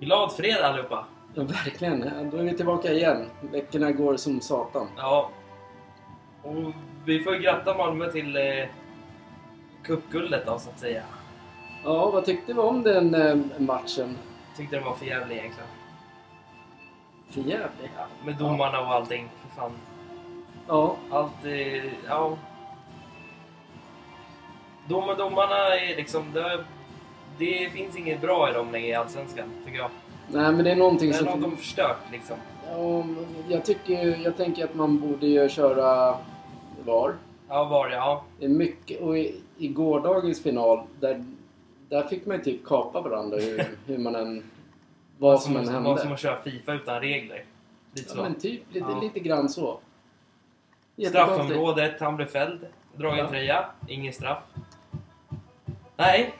Glad fredag allihopa! Ja, verkligen. Ja, Då är vi tillbaka igen. Veckorna går som satan. Ja. Och vi får gratta Malmö till eh, cupguldet då, så att säga. Ja, vad tyckte vi om den eh, matchen? Tyckte den var för jävlig egentligen. För jävligt. Ja, med domarna och allting. För fan. Ja, Allt, eh, ja. Dom och domarna är liksom... Det, det finns inget bra i dem längre i Allsvenskan, tycker jag. nej men det är någonting Det är något som... de förstört liksom. Ja, jag, tycker, jag tänker att man borde ju köra VAR. Ja, var det, ja. Det är mycket, och i, i gårdagens final, där, där fick man ju typ kapa varandra hur, hur man än... Vad som än Vad som hände. att köra Fifa utan regler. Lite så. Ja, men typ lite, Ja. lite grann så. Jättekonstigt. Straffområdet, han blev fälld. Dragen Ja. tröja, ingen straff. Nej.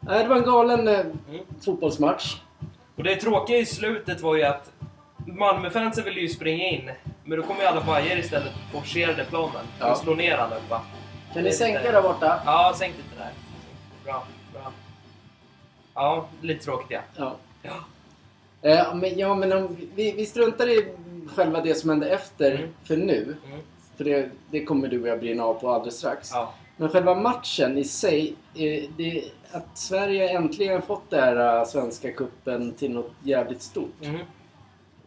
Nej, det var en galen eh, Mm. fotbollsmatch. Och det tråkiga i slutet var ju att Malmöfansen ville ju springa in. Men då kom ju alla Bajer istället och forcerade planen. Ja. Och slog ner allihopa. Kan Det ni är sänka lite- där borta? Ja, sänk lite där. Bra, bra. Ja, lite tråkigt ja. Ja. Ja. Eh, men, ja, men om, vi, vi struntar i själva det som hände efter Mm. för nu. Mm. För det, det kommer du och jag brinna av på alldeles strax. ja. Men själva matchen i sig, eh, det, att Sverige äntligen fått det här eh, Svenska kuppen till något jävligt stort. Mhm.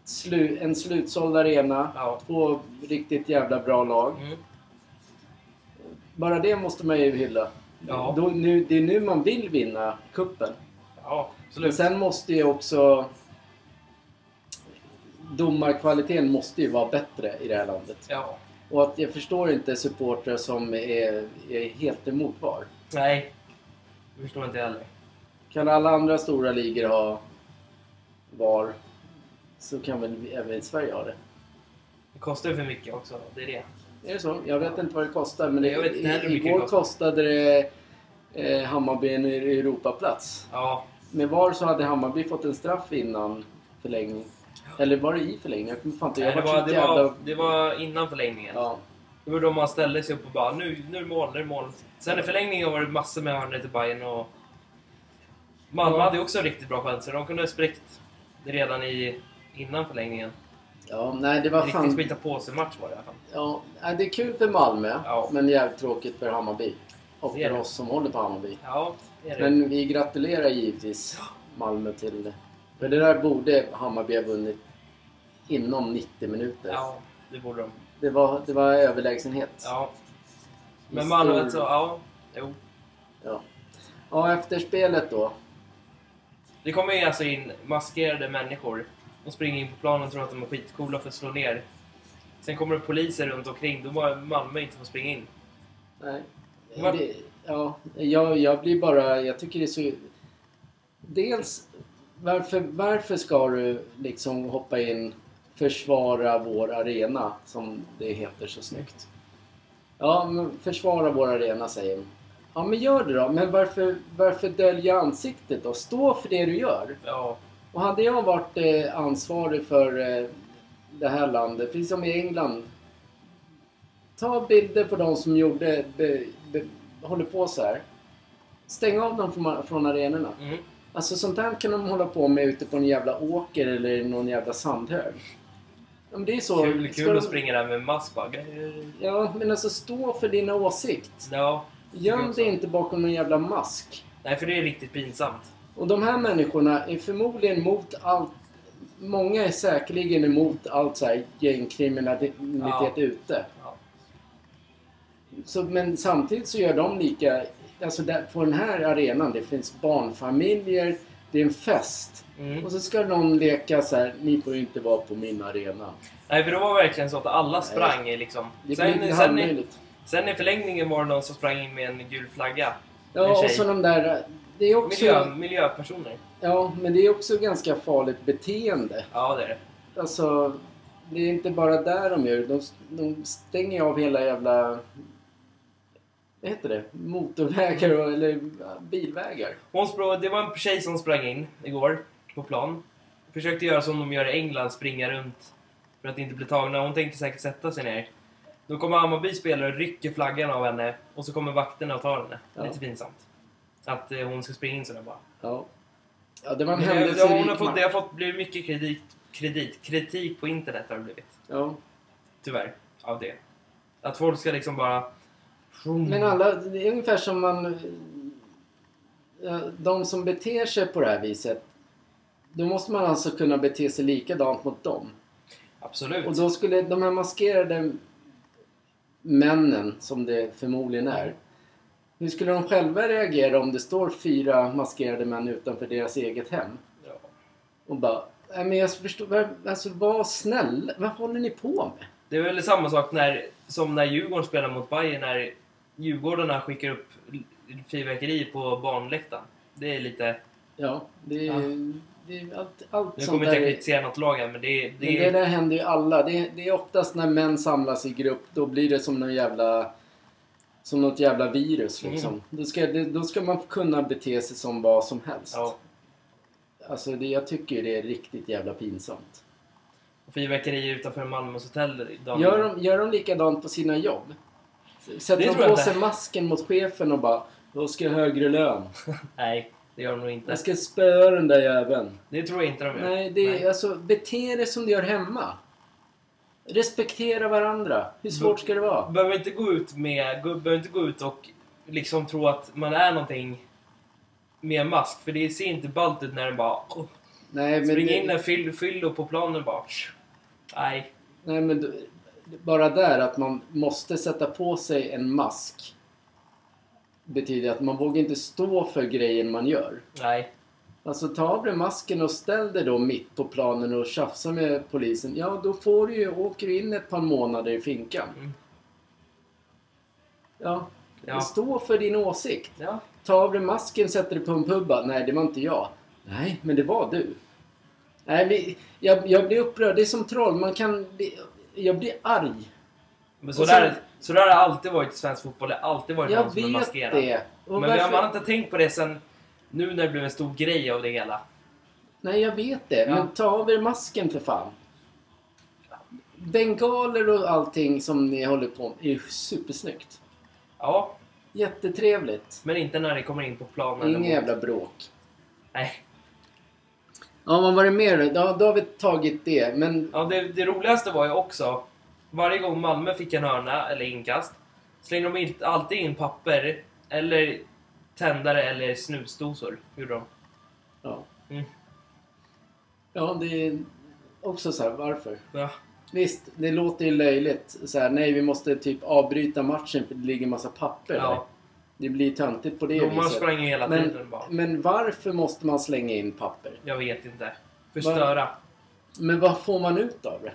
Slu, en slutsåld arena, Ja. två riktigt jävla bra lag. Mm. Bara det måste man ju hylla. Ja. Då, nu, det är nu man vill vinna kuppen. ja, Men absolut. sen måste ju också... Domarkvaliteten måste ju vara bättre i det här landet. Ja. Och att jag förstår inte supportrar som är, är helt emot VAR. Nej. Jag förstår inte heller. Kan alla andra stora ligor ha VAR så kan väl vi- även Sverige ha det. Det kostar ju för mycket också. Det är det. Är det så? Jag vet inte vad det kostar men Jag vet inte heller det, hur mycket det igår kostar. kostade det eh, Hammarby en Europaplats. Ja. Med VAR så hade Hammarby fått en straff innan förlängning. Eller var det i förlängning? Jag kommer fan inte Nej, ihåg. det, Jag var, var så det, var, jävla... det var innan förlängningen. Ja. Det var då man ställde sig upp och bara nu, nu är det mål, nu är det mål. Sen i förlängningen var det massor med hörnor till Bayern och Malmö Ja. hade ju också riktigt bra chanser. De kunde ha spräckt redan i, innan förlängningen. ja, nej det var Riktigt fan... skita på sig match var det i alla fall. Ja, nej, det är kul för Malmö, Ja. men jävligt tråkigt för Hammarby. Och Det är för det. oss som håller på Hammarby. Ja, det är det. Men vi gratulerar givetvis Malmö till det. För det där borde Hammarby ha vunnit inom 90 minuter. Ja, det borde de. Det, var, det var överlägsenhet. Ja. Men Stor- Malmö så, ja. Jo. Ja. ja, efter spelet då. Det kommer ju alltså in maskerade människor. De springer in på planen och tror att de är skitcoola för att slå ner. Sen kommer det poliser runt omkring. Då var Malmö inte får springa in. Nej. Vad- Det, ja, jag, jag blir bara... Jag tycker det är så... Dels, varför, varför ska du liksom hoppa in försvara vår arena, som det heter så snyggt? Ja, men försvara vår arena, säger de. Ja, men gör det då. Men varför, varför dölja ansiktet då? Stå för det du gör. Ja. Och hade jag varit eh, ansvarig för eh, det här landet, precis som i England. Ta bilder på de som gjorde, be, be, håller på så här. Stäng av dem från, från arenorna. Mm. Alltså sånt här kan de hålla på med ute på en jävla åker eller i någon jävla sandhög. Ja, men det är så. Kul, Ska kul de- att springa där med mask bara. Ja, men alltså stå för din åsikt. Ja. tycker jag Göm också. dig inte bakom någon jävla mask. Nej, för det är riktigt pinsamt. Och de här människorna är förmodligen mot allt... Många är säkerligen emot allt så här gängkriminalitet Ja. ute. Ja. Så, men samtidigt så gör de lika... Alltså där, på den här arenan, det finns barnfamiljer, det är en fest. Mm. Och så ska någon leka så här, ni får ju inte vara på min arena. Nej, för det var verkligen så att alla sprang i liksom. Det blir Sen, ju sen, i, halvmöjligt. sen i förlängningen var det någon som sprang in med en gul flagga. en Ja, tjej. och så de där... Det är också... Miljö, miljöpersoner. Ja, men det är också ganska farligt beteende. Ja, det är det. Alltså, det är inte bara där de gör De, de stänger ju av hela jävla... Vad heter det? Motorvägar och, eller ja, bilvägar. Hon sprang, det var en tjej som sprang in igår på plan. försökte göra som de gör i England, springa runt för att inte bli tagna. Hon tänkte säkert sätta sig ner. Då kommer Hammarby spelare och rycker flaggan av henne och så kommer vakterna och tar henne. Ja. Lite pinsamt. Att eh, hon ska springa in sådär bara. Ja. ja, det var en Men det, det, hon har händelserik fått, det match. har fått blivit mycket kredit, kredit, kritik på internet har det blivit. Ja. Tyvärr. Av det. Att folk ska liksom bara... Men alla, det är ungefär som man... ja, De som beter sig på det här viset, då måste man alltså kunna bete sig likadant mot dem. Absolut. Och då skulle de här maskerade männen, som det förmodligen är, hur skulle de själva reagera om det står fyra maskerade män utanför deras eget hem? Ja. Och bara, nej men jag förstår, vad- alltså var snäll, vad håller ni på med? Det är väl samma sak när, som när Djurgården spelar mot Bayern när Djurgårdarna skickar upp l- fyrverkeri på barnläktaren. Det är lite... Ja, det är, det är allt, allt Nu sånt kommer inte där. jag är- kritisera något lag än, men det, det, Men det där händer ju alla. Det, det är oftast när män samlas i grupp, då blir det som någon jävla... Som något jävla virus liksom. Mm. Då, ska, det, då ska man kunna bete sig som vad som helst. Ja, Alltså det, jag tycker ju det är riktigt jävla pinsamt. och fyrverkeri utanför Malmös hotell dagen Gör innan. de, gör de likadant på sina jobb? Sätter tror de jag på inte. sig masken mot chefen och bara Då ska jag ha högre lön. Nej, det gör de nog inte. Jag ska spöa den där jäveln. Det tror jag inte de gör. Nej, det är, alltså bete dig som du gör hemma. Respektera varandra. Hur svårt ska det vara? Behöver inte gå ut med... gå- Behöver inte gå ut och liksom tro att man är någonting med mask. För det ser inte ballt ut när den bara... Oh, Nej, men spring det- in en fyll- fyllo på planen bara... Nej. Nej, men du- bara där att man måste sätta på sig en mask betyder att man vågar inte stå för grejen man gör. Nej. Alltså ta av dig masken och ställ dig då mitt på planen och tjafsa med polisen. Ja, då får du ju, åker du in ett par månader i finkan. Mm. Ja. Ja. Stå för din åsikt. Ja. Ta av dig masken, sätter dig på en pubba. Nej, det var inte jag. Nej, men det var du. Nej, vi, jag, jag blir upprörd. Det är som troll. Man kan... bli- Jag blir arg. Men så, Och sen- där, så där har det alltid varit i svensk fotboll. Det har alltid varit någon Jag som är vet maskerad. det. Och Men vi varför- har man har inte tänkt på det sen nu när det blev en stor grej av det hela. Nej, jag vet det. Ja. Men ta av er masken för fan. Bengaler och allting som ni håller på med är ju supersnyggt. Ja, Jättetrevligt. men inte när det kommer in på planen. Ingen mot- jävla bråk. Nej. Ja, vad var det mer då? då? Då har vi tagit det. Men Ja, det, det roligaste var ju också, varje gång Malmö fick en hörna eller inkast, slängde de in, alltid in papper, eller tändare eller snusdosor. Gjorde de. ja. Mm. ja, det är också så här, varför? Ja. Visst, det låter ju löjligt. Så här, nej, vi måste typ avbryta matchen för det ligger en massa papper där. Ja, Det blir töntigt på det domaren viset. sprang ju hela Men, tiden bara. men varför måste man slänga in papper? Jag vet inte. Var- Förstöra. Men vad får man ut av det?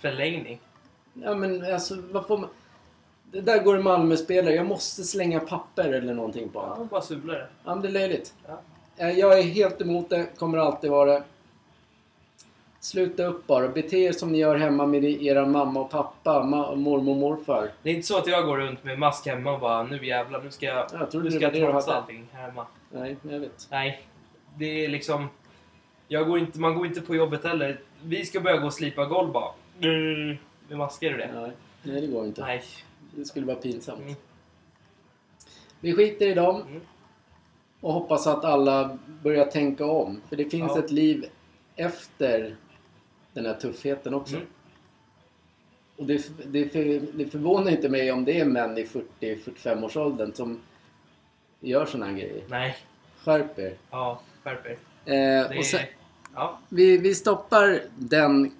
Förlängning. Ja men alltså vad får man... Det där går en Malmö-spelare. Jag måste slänga papper eller någonting på honom. Ja, bara sula det. Ja men det är löjligt. Ja. Eh, Jag är helt emot det. Kommer alltid vara det. Sluta upp bara. Bete er som ni gör hemma med era mamma och pappa, ma- mormor och morfar. Det är inte så att jag går runt med mask hemma och bara nu jävlar, nu ska jag, Ja, jag trodde nu det ska jag var det du trotsa hade. allting hemma. Nej, jag vet. Nej, det är liksom... Jag går inte, man går inte på jobbet heller. Vi ska börja gå och slipa golv bara. Mm. Med masker och det. Nej, nej det går inte. Nej. Det skulle vara pinsamt. Mm. Vi skiter i dem. Mm. Och hoppas att alla börjar tänka om. För det finns Ja. ett liv efter den här tuffheten också. Mm. Och det, det, för, det förvånar inte mig om det är män i 40-45 års åldern som gör såna här grejer. Nej. Skärp er. Ja, skärp er. Eh, Det och sen, är- Ja. vi, vi stoppar den...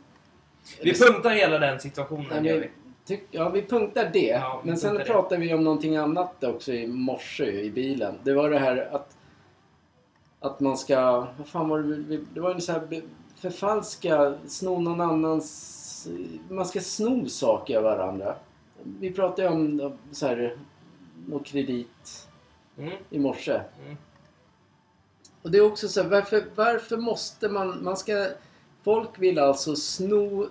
Vi punktar hela den situationen. Nej, gör men- vi. Tyck, ja, vi punktar det. Ja, vi men sen punktar det. pratade vi om någonting annat också i morse i bilen. Det var det här att, att man ska... Vad fan var det vi- vi- Det var en så här be- förfalska, sno någon annans... Man ska sno saker av varandra. Vi pratade ju om så här, någon kredit Mm. i morse. Mm. Och det är också så här, varför, varför måste man... man ska, folk vill alltså sno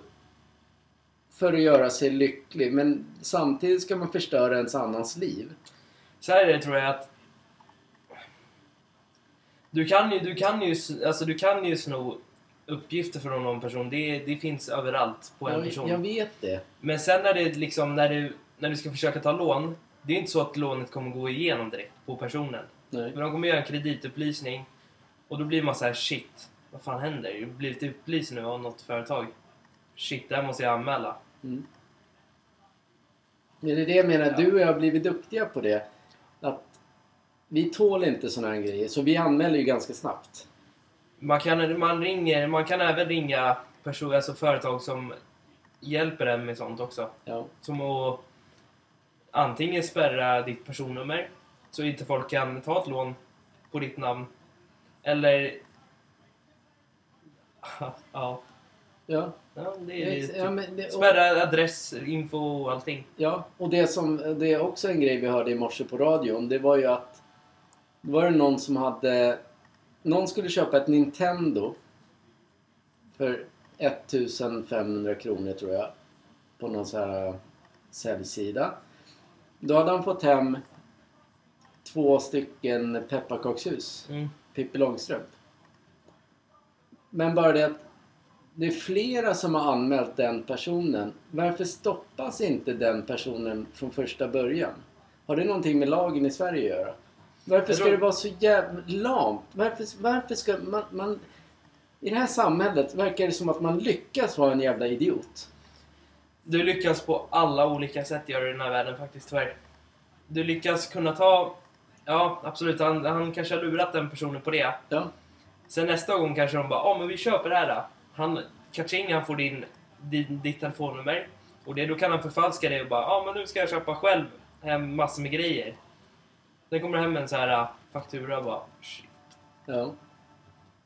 för att göra sig lycklig men samtidigt ska man förstöra ens annans liv. Så här är det tror jag att... Du kan ju, du kan ju, s- alltså, du kan ju sno uppgifter från någon person, det, det finns överallt på en Jag, person. jag vet det. Men sen när, det liksom, när, du, när du ska försöka ta lån, det är inte så att lånet kommer gå igenom direkt på personen. Nej. Men de kommer göra en kreditupplysning och då blir man så här shit, vad fan händer? Jag har blivit utlyst nu av något företag. Shit, det här måste jag anmäla. Mm. Men det är det jag menar, Ja. du och jag har blivit duktiga på det. Att vi tål inte sådana här grejer, så vi anmäler ju ganska snabbt. Man kan, man ringer, man kan även ringa person, alltså företag som hjälper en med sånt också. Ja. Som att antingen spärra ditt personnummer så inte folk kan ta ett lån på ditt namn. Eller... Ja, Ja. ja det är Ex- typ. ja, men det, och, Spärra adress, info och allting. ja. och det, som, det är också en grej vi hörde i morse på radion. Det var ju att det var det någon som hade... Någon skulle köpa ett Nintendo för 1500 kronor tror jag. På någon sån här säljsida. Då hade han fått hem två stycken pepparkakshus. Mm. Pippi Långstrump. Men bara det att det är flera som har anmält den personen. Varför stoppas inte den personen från första början? Har det någonting med lagen i Sverige att göra? Varför Jag ska tror- det vara så jävla lamt? Varför, varför ska man, man... I det här samhället verkar det som att man lyckas vara en jävla idiot. Du lyckas på alla olika sätt göra i den här världen faktiskt, tyvärr. Du lyckas kunna ta... Ja, absolut. Han, han kanske har lurat den personen på det. Ja, Sen nästa gång kanske de bara, ja men vi köper det här. då." Han, Kaching, han får din, din, ditt telefonnummer. Och det, då kan han förfalska det och bara, ja men nu ska jag köpa själv hem massor med grejer. Sen kommer det hem en så här äh, faktura och bara, shit. ja.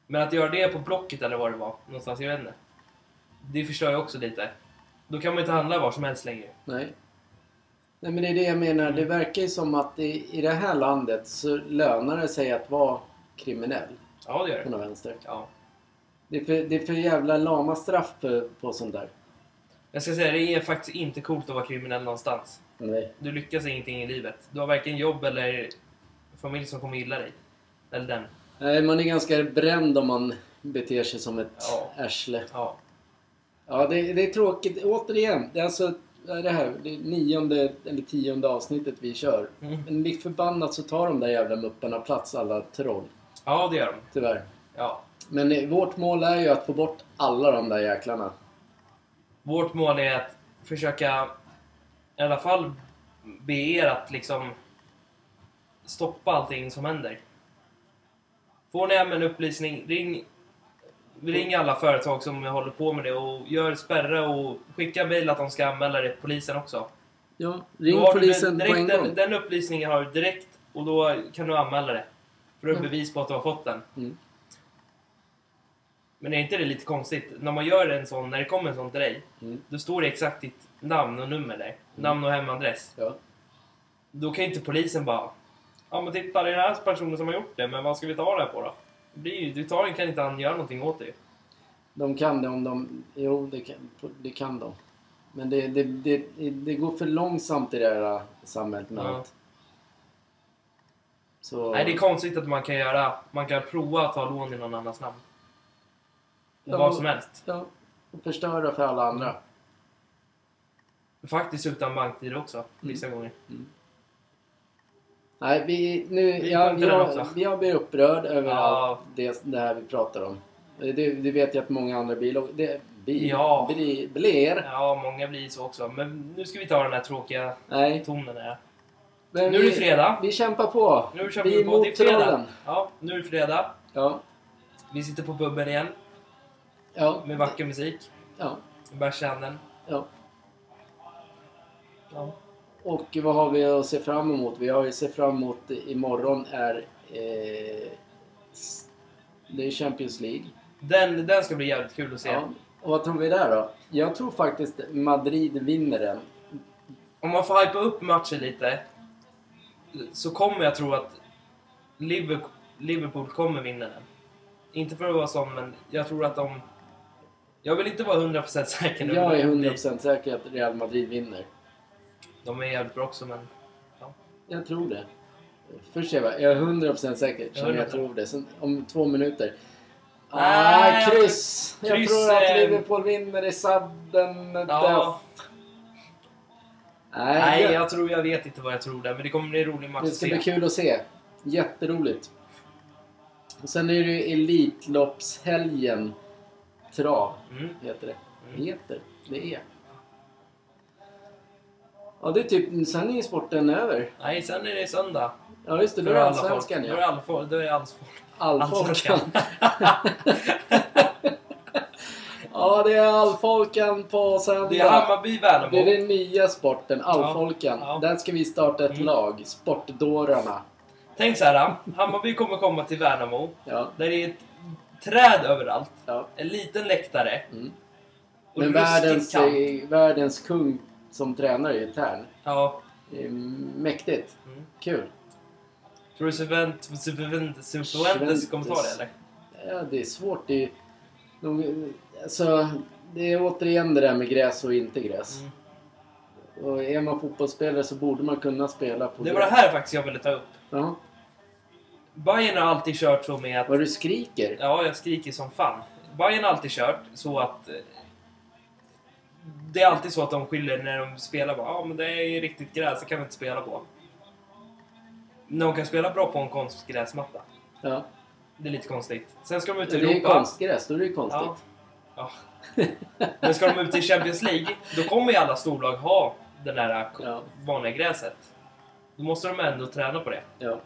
Men att göra det på Blocket eller vad det var, någonstans, jag vet inte. Det förstör ju också lite. Då kan man ju inte handla var som helst längre. Nej. Nej men det är det jag menar. Det verkar ju som att i, i det här landet så lönar det sig att vara kriminell Ja, det gör på det. något vänster. Ja. Det är för, det är för jävla lama straff på, på sånt där. Jag ska säga, det är faktiskt inte coolt att vara kriminell någonstans. Nej. Du lyckas ingenting i livet. Du har varken jobb eller familj som kommer gilla dig. Eller den. Nej, man är ganska bränd om man beter sig som ett Ja. arsle. Ja. Ja, det, det är tråkigt. Återigen, det är alltså det här det är nionde eller tionde avsnittet vi kör. Mm. Men likt förbannat så tar de där jävla mupparna plats alla troll. Ja, det gör de. Tyvärr. Ja. Men eh, vårt mål är ju att få bort alla de där jäklarna. Vårt mål är att försöka i alla fall be er att liksom stoppa allting som händer. Får ni hem en upplysning, ring, ring alla företag som håller på med det och gör spärra och skicka mejl att de ska anmäla det till polisen också. Ja, Då ring har du polisen den- på en direkt, gång. den, den upplysningen har du direkt och då kan du anmäla det. För att Mm. bevis på att du har fått den. Mm. Men är inte det lite konstigt? När man gör en sån, när det kommer en sån till dig, Mm. då står det exakt ditt namn och nummer där. Namn och hemadress. Ja. Då kan ju inte polisen bara... Ja men titta, det är den här personen som har gjort det, men vad ska vi ta det här på då? Det blir ju, du tar den kan inte han göra någonting åt det. De kan det om de... Jo, det kan, det kan de. Men det, det, det, det går för långsamt i det här äh, samhället med Ja. allt. Så... Nej, det är konstigt att man kan göra... Man kan prova att ta lån i någon annans namn. Ja. Vad som helst. Ja, och förstöra för alla andra. Faktiskt utan banktid också, Mm. vissa gånger. Nej, vi... Nu, Vi jag, punkterar jag, också. jag blir upprörd över Ja. allt det, det här vi pratar om. Eh, Det, det vet jag att många andra bil... Det, bil Ja. blir, blir. Ja, många blir så också. Men nu ska vi ta den här tråkiga Nej. tonen här. Men Nu är det vi, fredag. Vi kämpar på. Nu kör vi vi är på. Det mot är fredag. trollen. Ja, nu är det fredag. Ja. Vi sitter på puben igen Ja. med vacker musik. Ja. Bärs i handen. Ja. Ja. Och vad har vi att se fram emot? Vi har ju sett fram emot eh, imorgon är... Eh, s- det är Champions League. Den, den ska bli jävligt kul att se. Ja. Och vad tror vi där då? Jag tror faktiskt Madrid vinner den. Om man får hypa upp matchen lite så kommer jag tro att Liverpool, Liverpool kommer vinna den. Inte för att vara sån, men jag tror att de... Jag vill inte vara 100% säker nu. Jag är 100% säker att Real Madrid vinner. De är jävligt bra också, men... Ja. Jag tror det. Först säger jag bara, jag är 100% säker. Sen jag 100%. tror det. Sen om två minuter. Nej, Nej, kryss! Jag kryss tror att är- Liverpool vinner i sudden Ja, death. Nej, nej, det- jag tror jag vet inte vad jag tror där, men det kommer bli en rolig match det att ska bli se. kul att se. Jätteroligt. Och sen är det ju Elitloppshelgen. Trav Mm. heter det. Mm. Heter. Det är. Ja, det är typ... Sen är ju sporten över. Nej, sen är det söndag. Ja, just det. Då Då är är det alla folk. Allsvenskan, Då är ja. alla folk. Då är alls folk. Allfolkan. Allsvenskan. Ja, det är Allfolkan på söndag. Det är Hammarby-Värnamo. Det är den nya sporten, allfolkan. Ja, ja. Där ska vi starta ett Mm. lag, Sportdårarna. Tänk så här, Hammarby kommer komma till Värnamo. Ja, Där det är ett träd överallt. ja. En liten läktare. Mm. Och Men ruskigt världens, kallt. eh, världens kung som tränare är Tern. Ja. Det är Mäktigt. Mm. Kul. Tror du Suvent- Suvent- Suventus kommer ta det eller? Ja, det är svårt. Det är, de, alltså, det är återigen det där med gräs och inte gräs. Mm. Och är man fotbollsspelare så borde man kunna spela på Det var gräs. det här faktiskt jag ville ta upp. Ja. Bayern har alltid kört så med att... Vad du skriker. Ja, jag skriker som fan. Bayern har alltid kört så att... eh, Det är alltid så att de skyller när de spelar bara, ja men det är ju riktigt gräs, det kan vi inte spela på. När de kan spela bra på en konstgräsmatta. Ja. Det är lite konstigt. Sen ska de ut Det i är ju Europa. konstgräs, då är det ju konstigt. Ja. Ja. Men ska de ut i Champions League, då kommer ju alla storlag ha det där k- Ja. vanliga gräset. Då måste de ändå träna på det. Ja.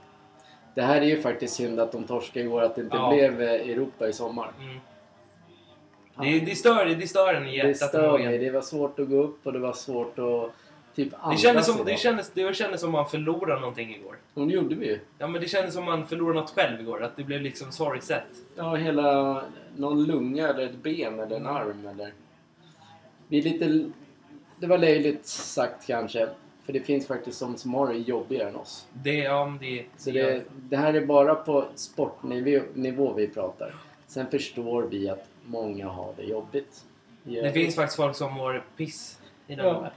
Det här är ju faktiskt synd att de torskade igår, att det inte Ja. blev eh, Europa i sommar. Mm. Det, det, stör, det stör en i Det hjärtat. stör och i mig. magen. Det var svårt att gå upp och det var svårt att typ Det andas kändes, som, idag. det, kändes, det kändes som man förlorade någonting igår. Hon gjorde vi ju. Ja, men det kändes som man förlorade något själv igår. Att det blev liksom sorgset. Ja, hela... Någon lunga eller ett ben eller en arm eller... Vi är lite... Det var löjligt sagt kanske. För det finns faktiskt de som har det jobbigare än oss. Det, ja, men det, Så det, det här är bara på sportnivå nivå vi pratar. Sen förstår vi att många har det jobbigt. det, Ja. finns faktiskt folk som mår piss i den Ja. här.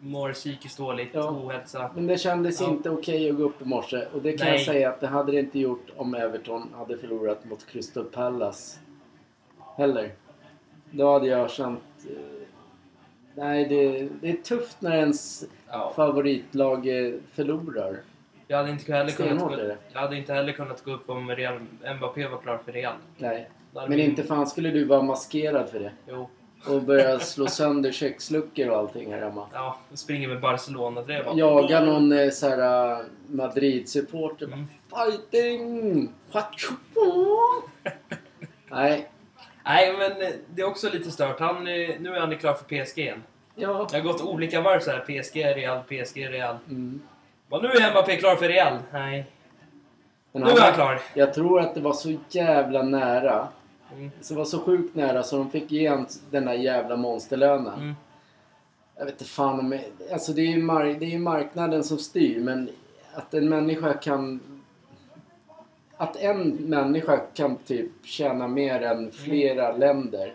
Mår psykiskt dåligt, Ja. ohälsa. Men det kändes Ja. inte okej att gå upp i morse. Och det kan Nej. jag säga att det hade det inte gjort om Everton hade förlorat mot Crystal Palace. Heller. Då hade jag känt... eh, Nej, det, det är tufft när ens Ja. favoritlag eh, förlorar. Jag hade, inte heller kunnat Stenhårt gå, är det. jag hade inte heller kunnat gå upp om Real, Mbappé var klar för Real. Nej. Då hade Men min- inte fan skulle du vara maskerad för det. Jo, Och börja slå sönder köksluckor och allting här hemma. ja, jag springer med barcelona det var. Jaga någon eh, så här eh, Madrid-supporter. Mm. Fighting! Nej. Nej, men eh, det är också lite stört. Han, eh, nu är han klar för PSG igen. Ja. Jag har gått olika varv så här. PSG, Real, PSG, Real. Mm. Bara, nu är Mbappé klar för Real. Nej, Men nu är han klar. Jag tror att det var så jävla nära. Mm. Så det var så sjukt nära så de fick igen den där jävla monsterlönen. Mm. Jag vet inte fan om... Alltså det är, ju mar- det är ju marknaden som styr men att en människa kan... Att en människa kan typ tjäna mer Mm. än flera länder.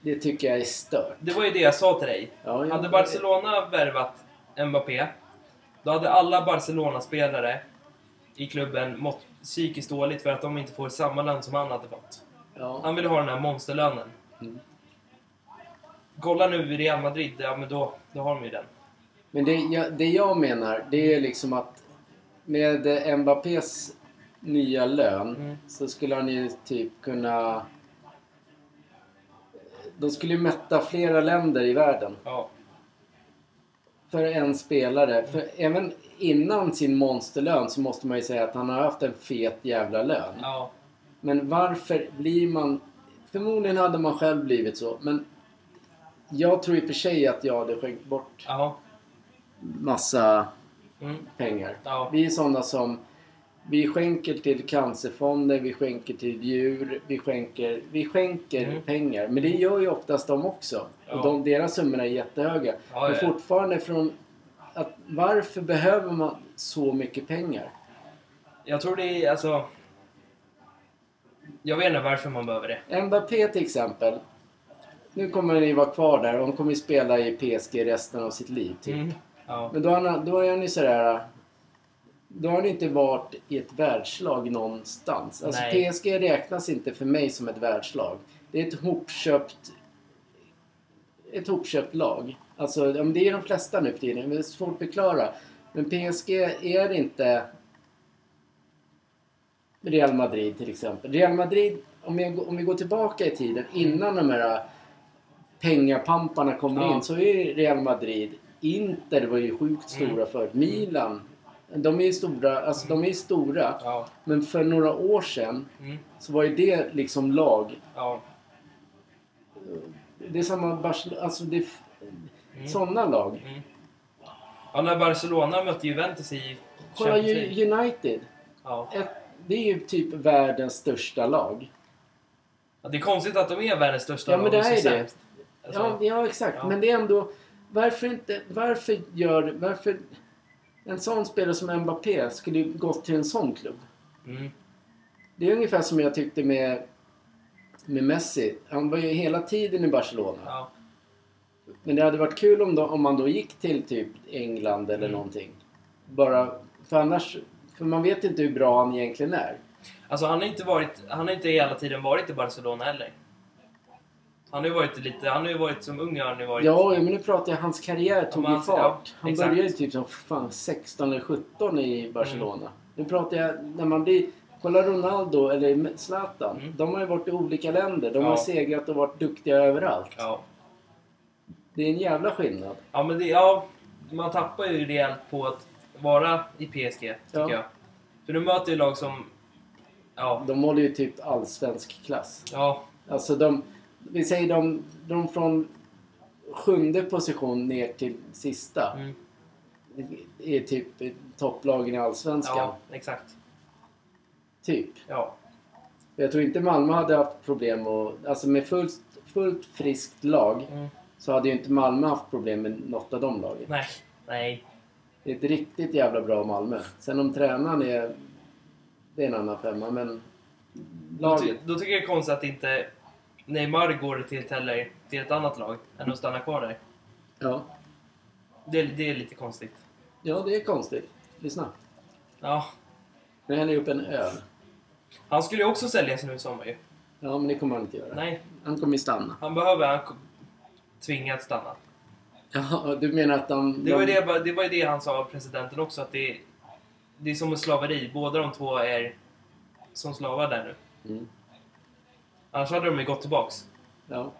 Det tycker jag är stört. Det var ju det jag sa till dig. Ja, jag- Hade Barcelona värvat Mbappé, då hade alla Barcelona-spelare i klubben mått psykiskt dåligt för att de inte får samma lön som han hade fått. Ja. Han ville ha den här monsterlönen. Mm. Kolla nu i Real Madrid, ja men då, då har de ju den. Men det jag, det jag menar, det är liksom att med eh, Mbappés nya lön Mm. så skulle han ju typ kunna... De skulle ju mätta flera länder i världen Ja. för en spelare. För även innan sin monsterlön så måste man ju säga att han har haft en fet jävla lön. ja. Men varför blir man... Förmodligen hade man själv blivit så, men jag tror i och för sig att jag hade skänkt bort Ja. massa Mm. pengar. Ja. Vi är sådana som vi skänker till cancerfonder, vi skänker till djur, vi skänker, vi skänker Mm. pengar. Men det gör ju oftast de också. Ja. Och de, deras summor är jättehöga. Ja, Men ja. fortfarande från att varför behöver man så mycket pengar? Jag tror det är, alltså... Jag vet inte varför man behöver det. Mbappé till exempel. Nu kommer han ju vara kvar där och han kommer ju spela i PSG resten av sitt liv. Typ. Mm. Ja. Men då är, han, då är han ju sådär... Då har han inte varit i ett världslag någonstans. Alltså Nej. PSG räknas inte för mig som ett världslag. Det är ett hopköpt... Ett hopköpt lag. Alltså, ja, men det är de flesta nu för tiden. men Det är svårt att förklara. Men PSG är inte... Real Madrid till exempel. Real Madrid, om, jag, om vi går tillbaka i tiden innan de här pengapamparna kommer Ja. in så är Real Madrid, Inter var ju sjukt Mm. stora förut, Milan. De är ju stora, alltså de är ju stora. Ja. Men för några år sedan Mm. så var ju det liksom lag. Ja. Det är samma Barcelona, alltså det är f- Mm. sådana lag. Mm. ja, när Barcelona mötte Juventus i Kolla Champions League. ju United. Ja. Ett, det är ju typ världens största lag. Ja, det är konstigt att de är världens största Ja men lag det och så är det. sämst. Alltså, Ja, ja exakt. ja. Men det är ändå... Varför inte... Varför gör... Varför... En sån spelare som Mbappé skulle ju gått till en sån klubb. Mm. Det är ungefär som jag tyckte med, med Messi. Han var ju hela tiden i Barcelona. Ja. Men det hade varit kul om, då, om man då gick till typ England eller Mm. någonting. Bara... För annars... För man vet inte hur bra han egentligen är. Alltså han har inte varit, han har inte hela tiden varit i Barcelona heller. Han har ju varit lite, han har ju varit som ung har han ju varit. Ja, men nu pratar jag hans karriär tog men ju han- fart. ja, Han exakt. började ju typ som fan 16 eller 17 i Barcelona. Mm. Nu pratar jag när man blir... Kolla Ronaldo eller Zlatan. Mm. De har ju varit i olika länder. De Ja. har segrat och varit duktiga överallt. Ja. Det är en jävla skillnad. Ja, men det, ja, man tappar ju rejält på att vara i PSG, tycker Ja. jag. För nu möter ju lag som... Ja, De håller ju typ allsvensk klass. ja, Alltså de... Vi säger de, de från sjunde position ner till sista. mm, Är typ topplagen i allsvenskan. ja exakt. Typ. Ja, Jag tror inte Malmö hade haft problem och, alltså med fullt, fullt friskt lag mm, så hade ju inte Malmö haft problem med något av de lagen. nej, nej. Det är ett riktigt jävla bra Malmö. Sen om tränaren är... Det är en annan femma, men... Då, ty, Laget. då tycker jag det är konstigt att inte Neymar går till ett, heller, till ett annat lag än att stanna kvar där. Ja. Det, det är lite konstigt. ja, det är konstigt. Lyssna. Ja, Nu häller jag upp en öl. han skulle ju också säljas nu i sommar ju. Ja, men det kommer han inte göra. Nej, Han kommer ju stanna. han behöver... Han kom- tvingad stanna. Ja, du menar att de... Det var, ju de, det, det var ju det han sa, presidenten också, att det, det är som en slaveri. Båda de två är som slavar där nu. Mm. Annars hade de ju gått tillbaks. Ja.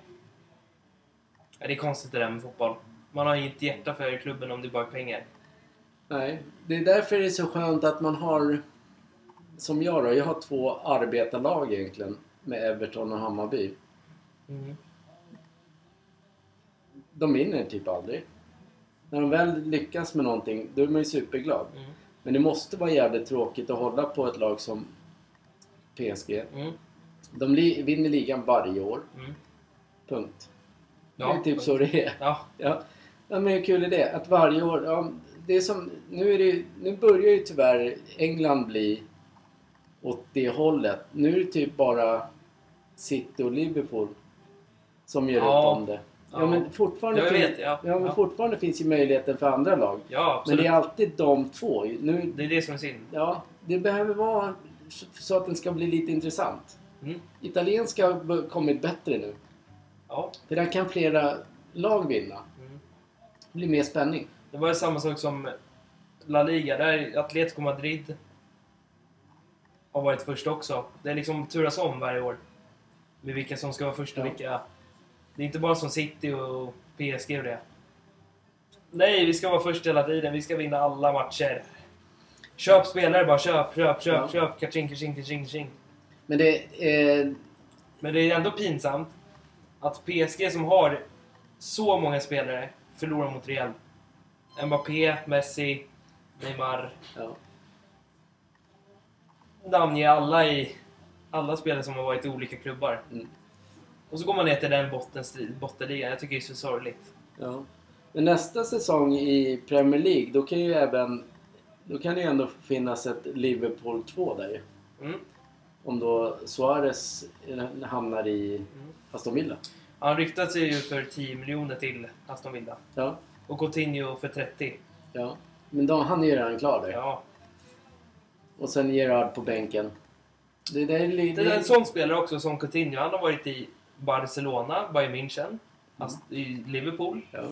Ja, det är konstigt det där med fotboll. Man har ju inte hjärta för klubben om det bara är pengar. Nej, det är därför det är så skönt att man har, som jag då, jag har två arbetarlag egentligen med Everton och Hammarby. Mm. De vinner typ aldrig. När de väl lyckas med någonting, då är man ju superglad. Mm. Men det måste vara jävligt tråkigt att hålla på ett lag som PSG. Mm. De li- vinner ligan varje år, Mm. punkt. Ja. det är typ så det är. Ja. Ja. ja, men hur kul är det? Att varje år... Ja, det är som, nu, är det, ju- nu börjar ju tyvärr England bli åt det hållet. Nu är det typ bara City och Liverpool som gör Ja. ut om det. Ja, Ja. men fortfarande, Jag vet, finns, ja. men Ja. fortfarande finns ju möjligheten för andra lag. ja, Men absolut. det är alltid de två. Nu, det är det som är synd. ja, det behöver vara så- så att den ska bli lite intressant. Mm. Italienska har b- kommit bättre nu. Ja. För där kan flera lag vinna. Mm. Det blir mer spänning. Det var ju samma sak som La Liga. Där Atletico Madrid har varit först också. Det är liksom turas om varje år. Med vilka som ska vara först och Ja. vilka... Det är inte bara som City och PSG och det. Nej, vi ska vara först hela tiden. Vi ska vinna alla matcher. Köp spelare bara. Köp, köp, köp, Ja. köp. Kaching, kaching, kaching, kaching. Men det... Eh, Men det är ändå pinsamt att PSG som har så många spelare förlorar mot Real. Mbappé, Messi, Neymar. ja. namnge alla i alla spelare som har varit i olika klubbar. Mm. Och så går man ner till den bottenstrid, bottenligan. Jag tycker det är så sorgligt. ja. Men nästa säsong i Premier League, då kan ju även... Då kan det ju ändå finnas ett Liverpool 2 där ju. Mm. Om då Suarez eh, hamnar i Aston Villa. Han ryktas ju för 10 miljoner till Aston Villa. Ja. Och Coutinho för 30. ja. Men då, han är ju redan klar där. Ja. Och sen Gerard på bänken. Det, där är li- Det är en sån spelare också som Coutinho. Han har varit i Barcelona, Bayern München, Ast- i Liverpool, Ja.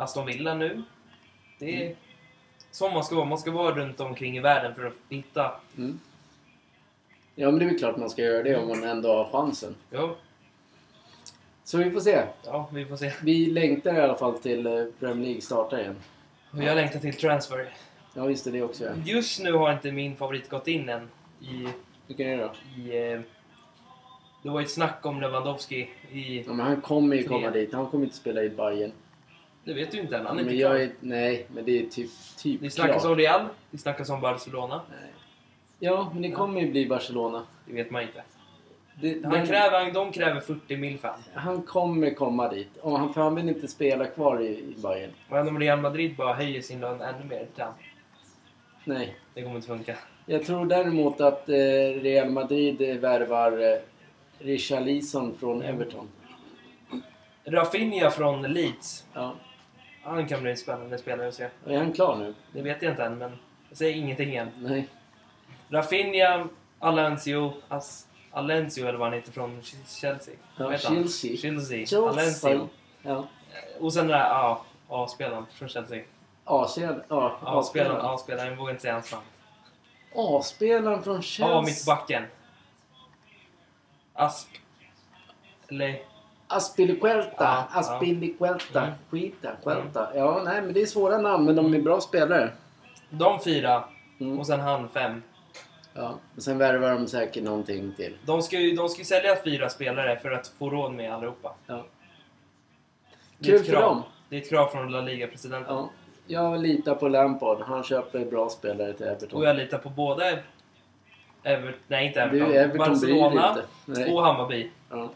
Aston Villa nu. Det är Mm. som man ska vara. Man ska vara runt omkring i världen för att hitta... Mm. ja, men det är väl klart man ska göra det om man ändå har chansen. Ja, Så vi får se. ja vi får se. Vi längtar i alla fall till eh, Premier League startar igen. Och Jag längtar till transfer. Ja, just det. Det också. Ja. Just nu har inte min favorit gått in än. I, Vilken är det då? i, eh, det var ju ett snack om Lewandowski i... Ja, men han kommer ju komma Tre. dit. Han kommer inte spela i Bayern. Det vet du inte än. Han är men inte jag klar. är, nej, men det är typ, typ Det snackas klart. om Real, det snackas om Barcelona. Nej. Ja, men det kommer ju bli Barcelona. Det vet man inte. Det, Han men- kräver, de kräver 40 mil fan. han kommer komma dit. Om han, för han vill inte spela kvar i, i Bayern. Men om Real Madrid bara höjer sin lön ännu mer till han. Nej. Det kommer inte funka. Jag tror däremot att eh, Real Madrid eh, värvar eh, Richarlison från Mm. Everton. Rafinha från Leeds. Ja. Han kan bli en spännande spelare att se. Är han klar nu? Det vet jag inte än, men jag säger ingenting än. Nej. Rafinha, Alencio, As, Alencio eller vad han heter från Ch- Chelsea. Ja, Vad heter han? Chelsea. Chelsea. Chelsea. Alencio. Ja. Och sen den där ja, A-spelaren från Chelsea. A-spelaren. Ja, A-spelaren, A-spelaren. A-spelaren. Jag vågar inte säga hans namn. A-spelaren från Chelsea. Ja, mittbacken. Asp... Eller... Aspilicuelta. Ja, ja. Aspilicuelta. Mm. Skita. Cuelta. Ja, nej, men det är svåra namn, men de är bra spelare. De fyra Mm. och sen han fem. Ja. Och sen värvar de säkert någonting till. De ska ju de ska ju sälja fyra spelare för att få råd med allihopa. Ja. Det är ett Kul för krav. dem. Det är ett krav från La Liga-presidenten. Ja. Jag litar på Lampard. Han köper bra spelare till Everton. Och jag litar på både... Ever... Nej, inte Everton. Du, Everton bryr dig Barcelona inte. Nej. och Hammarby. Ja,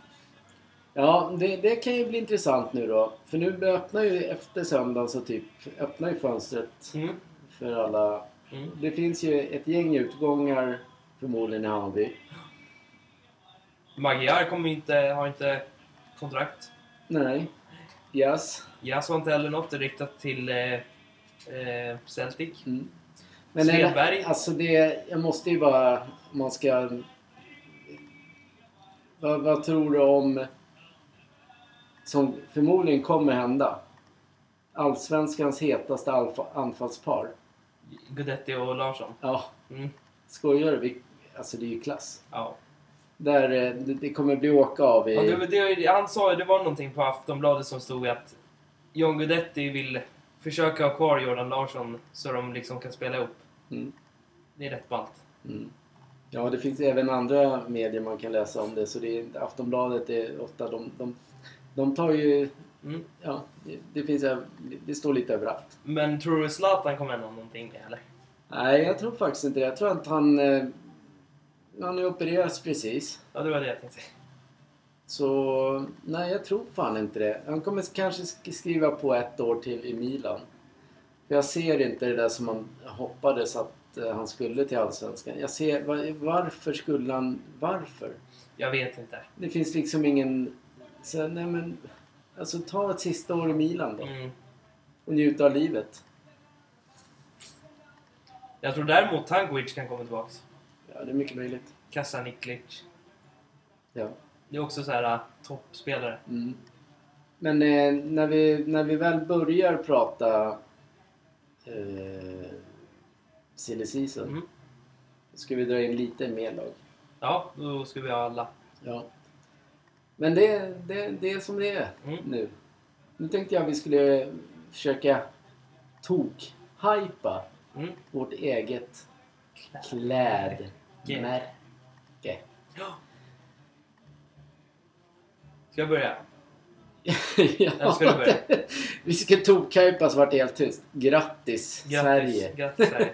ja det, det kan ju bli intressant nu då. För nu öppnar ju efter söndagen så typ öppnar ju fönstret Mm. för alla. Mm. Det finns ju ett gäng utgångar förmodligen i Hammarby. Magyar kommer ju inte, har inte kontrakt. Nej. Yes. Jag har inte heller något Det är riktat till eh, eh, Celtic. Mm. Men är det- Svedberg. alltså det, jag måste ju bara, om man ska... Vad, vad tror du om, som förmodligen kommer hända, Allsvenskans hetaste alfa, anfallspar? Gudetti och Larsson. Ja, Mm. skojar du? Vi- Alltså det är ju klass. Ja. Där, eh, det, det kommer bli åka av i... Ja, det, det, han sa ju, det var någonting på Aftonbladet som stod att John Guidetti vill försöka ha kvar Jordan Larsson så de liksom kan spela ihop. Mm, Det är rätt ballt. mm. ja, det finns även andra medier man kan läsa om det. Så det är, inte- Aftonbladet är ofta... De, de, de tar ju... Mm. Ja, det, det finns... över- Det står lite överallt. Men tror du Zlatan kommer ändra någonting eller? Nej, jag tror faktiskt inte det. Jag tror att han... eh, Han har ju opererats precis. Ja, det var det jag tänkte. Så nej, jag tror fan inte det. Han kommer kanske sk- skriva på ett år till i Milan. För jag ser inte det där som man hoppades att eh, han skulle till Allsvenskan. Jag ser, va- varför skulle han... Varför? Jag vet inte. Det finns liksom ingen... Så, nej men... Alltså ta ett sista år i Milan då. Mm. Och njuta av livet. Jag tror däremot Tankovic kan komma tillbaks. Ja, det är mycket möjligt. Kasaniklic. Ja. Det är också så här äh, toppspelare. Mm. Men eh, när, vi, när vi väl börjar prata eh, silly season Mm. ska vi dra in lite mer lag. Ja, då ska vi ha alla. Ja. Men det, det, det är som det är Mm. nu. Nu tänkte jag att vi skulle försöka tok-hypa Mm. vårt eget Klä- klädmärke. Ja. Ska jag börja? ja, Jag ska börja. vi ska tok-hypa så vart det helt tyst. Grattis, Grattis, Sverige! Grattis Sverige.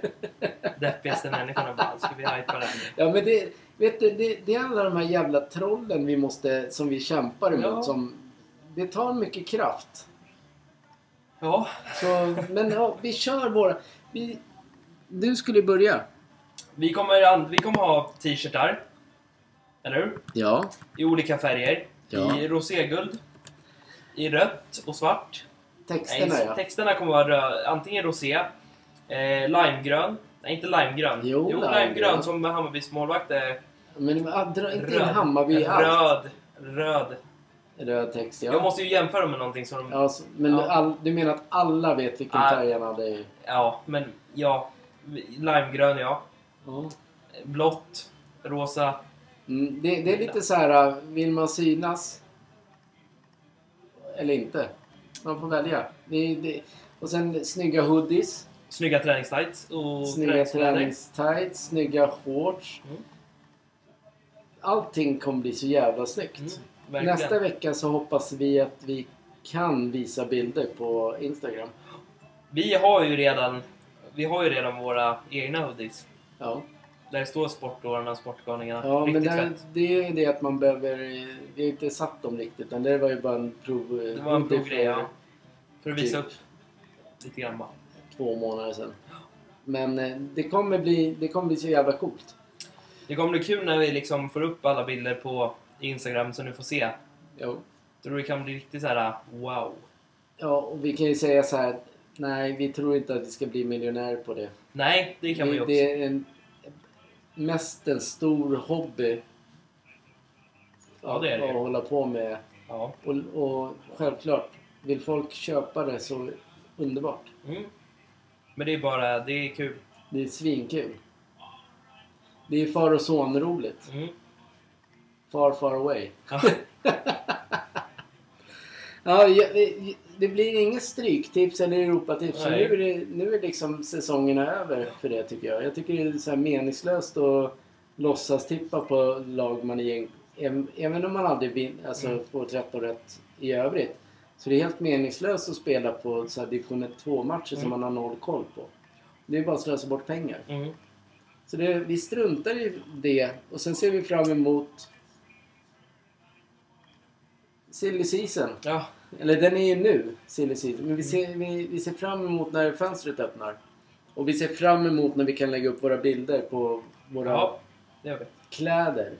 Deppigaste människorna bara. Ska vi hajpa den? Ja men det, vet du, det, det är alla de här jävla trollen vi måste, som vi kämpar emot Ja. som... Det tar mycket kraft. Ja, Så, men ja, vi kör våra... Vi, du skulle börja. vi kommer, an- vi kommer ha t-shirtar. Eller hur? Ja. I olika färger. Ja. I roséguld. I rött och svart. Texterna Nej, ja. Texterna kommer vara rö- antingen rosé, eh, limegrön, Nej, inte limegrön. Jo, limegrön. limegrön som Hammarbys målvakt är Men ah, dra inte in Röd. Hammarby i allt. röd. Röd. Röd text, ja. Jag måste ju jämföra med någonting som de... Ja, ja så- men Ja. All, du menar att alla vet vilken Ah. färg han hade? i- men ja. Limegrön, ja. Ja. Blått. Rosa. Mm, det, det är lite så här, äh, vill man synas eller inte? Man får välja. Det, det, och sen snygga hoodies, Snygga träningstights och snygga träningstights, snygga shorts. Mm. Allting kommer bli så jävla snyggt. Mm, verkligen. Nästa vecka så hoppas vi att vi kan visa bilder på Instagram. Vi har ju redan, vi har ju redan våra egna hoodies. Ja, Där det står Sportdårarna och Sportgalningarna. ja men Riktigt det, här- fett. det är det att man behöver... Vi har inte satt dem riktigt, utan det var ju bara en prov... Det var en hoodie bra grej, för- ja. För att visa typ. upp lite grann bara. två månader sedan. Men eh, det kommer bli, det kommer bli så jävla coolt. Det kommer bli kul när vi liksom får upp alla bilder på Instagram så ni får se. Jo. Tror det kan bli riktigt så här wow. Ja, och vi kan ju säga så här. Nej, vi tror inte att vi ska bli miljonärer på det. Nej, det kan vi det, ju också. det är en, mest en stor hobby. Ja, det är det Att ju. hålla på med. Ja. Och, och självklart, vill folk köpa det så underbart. Mm. Men det är bara, det är kul. Det är svinkul. Det är far och son roligt. Mm. Far, far away. Ja. Ja, jag- det- det blir inget stryktips eller Europatips. Så Nej. Nu är, det, nu är liksom säsongerna över för det tycker jag. Jag tycker det är så här meningslöst att låtsas tippa på lag man egentligen... äm- Även om man aldrig vin, alltså Mm. får 13 rätt i övrigt. Så det är helt meningslöst att spela på så här division 2-matcher som Mm. man har noll koll på. Det är bara att slösa bort pengar. Mm. Så det, vi struntar i det och sen ser vi fram emot Silly Season. ja. Eller den är ju nu, silly season. Mm. Men vi ser, vi, vi ser fram emot när fönstret öppnar. Och vi ser fram emot när vi kan lägga upp våra bilder på våra Ja, det gör vi. kläder.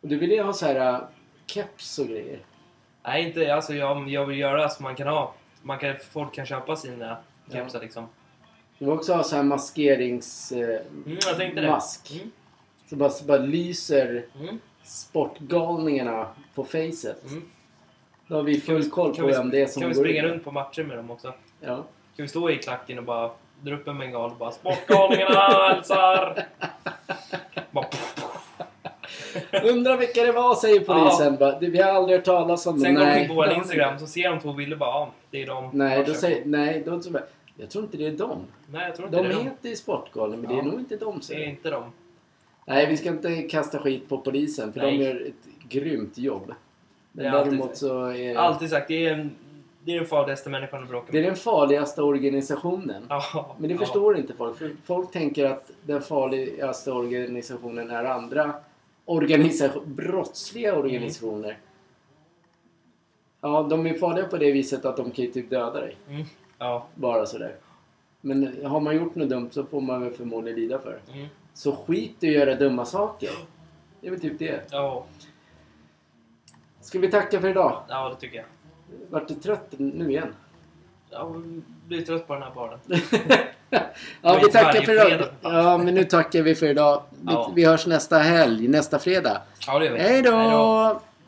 Och du vill ju ha så här äh, keps och grejer. Nej, inte, alltså jag, jag vill göra så man kan ha. Man kan, folk kan köpa sina Ja. kepsar liksom. Du vill också ha så här maskerings... eh, Mm, jag tänkte det. Mask. Mm. Som bara, som bara lyser Mm. sportgalningarna på facet. Mm. Då har vi full koll på vem det är som Kan vi går springa in. runt på matcher med dem också? Ja. Kan vi stå i klacken och bara dra upp en bengal och bara Sportgalningarna hälsar! Bara, pff, pff. Undrar vilka det var, säger polisen. Bara, "Du, vi har aldrig hört talas om Sen dem." kommer Nej, vi på vår det har vi inte. Instagram så ser de två bilder bara ja, det är de. Nej, då Varsågod. säger, nej, då tror jag, jag tror inte det är dem. Nej, jag tror inte De det. är de. heter ju Sportgalen, men det Ja. är nog inte de. Det är Säger. inte de. Nej, vi ska inte kasta skit på polisen, för Nej. de gör ett grymt jobb. Det är Men alltid däremot så är Alltid sagt, det är, en, det är den farligaste människan att bråka det är med. den farligaste organisationen. Ja, Men det ja. förstår inte folk. För folk tänker att den farligaste organisationen är andra organisation, brottsliga organisationer. Ja, de är farliga på det viset att de kan ju typ döda dig. Mm. Ja. Bara sådär. Men har man gjort något dumt så får man väl förmodligen lida för det. Mm. Så skit i att göra dumma saker. Det är väl typ det. Ja. Ska vi tacka för idag? ja, det tycker jag. Vart du trött nu igen? Jag blir trött på den här baren. ja, var vi inte tackar varje för idag. fredag. Ja, men nu tackar vi för idag. Vi, Ja. vi hörs nästa helg, nästa fredag. Ja, det gör vi. Hej då!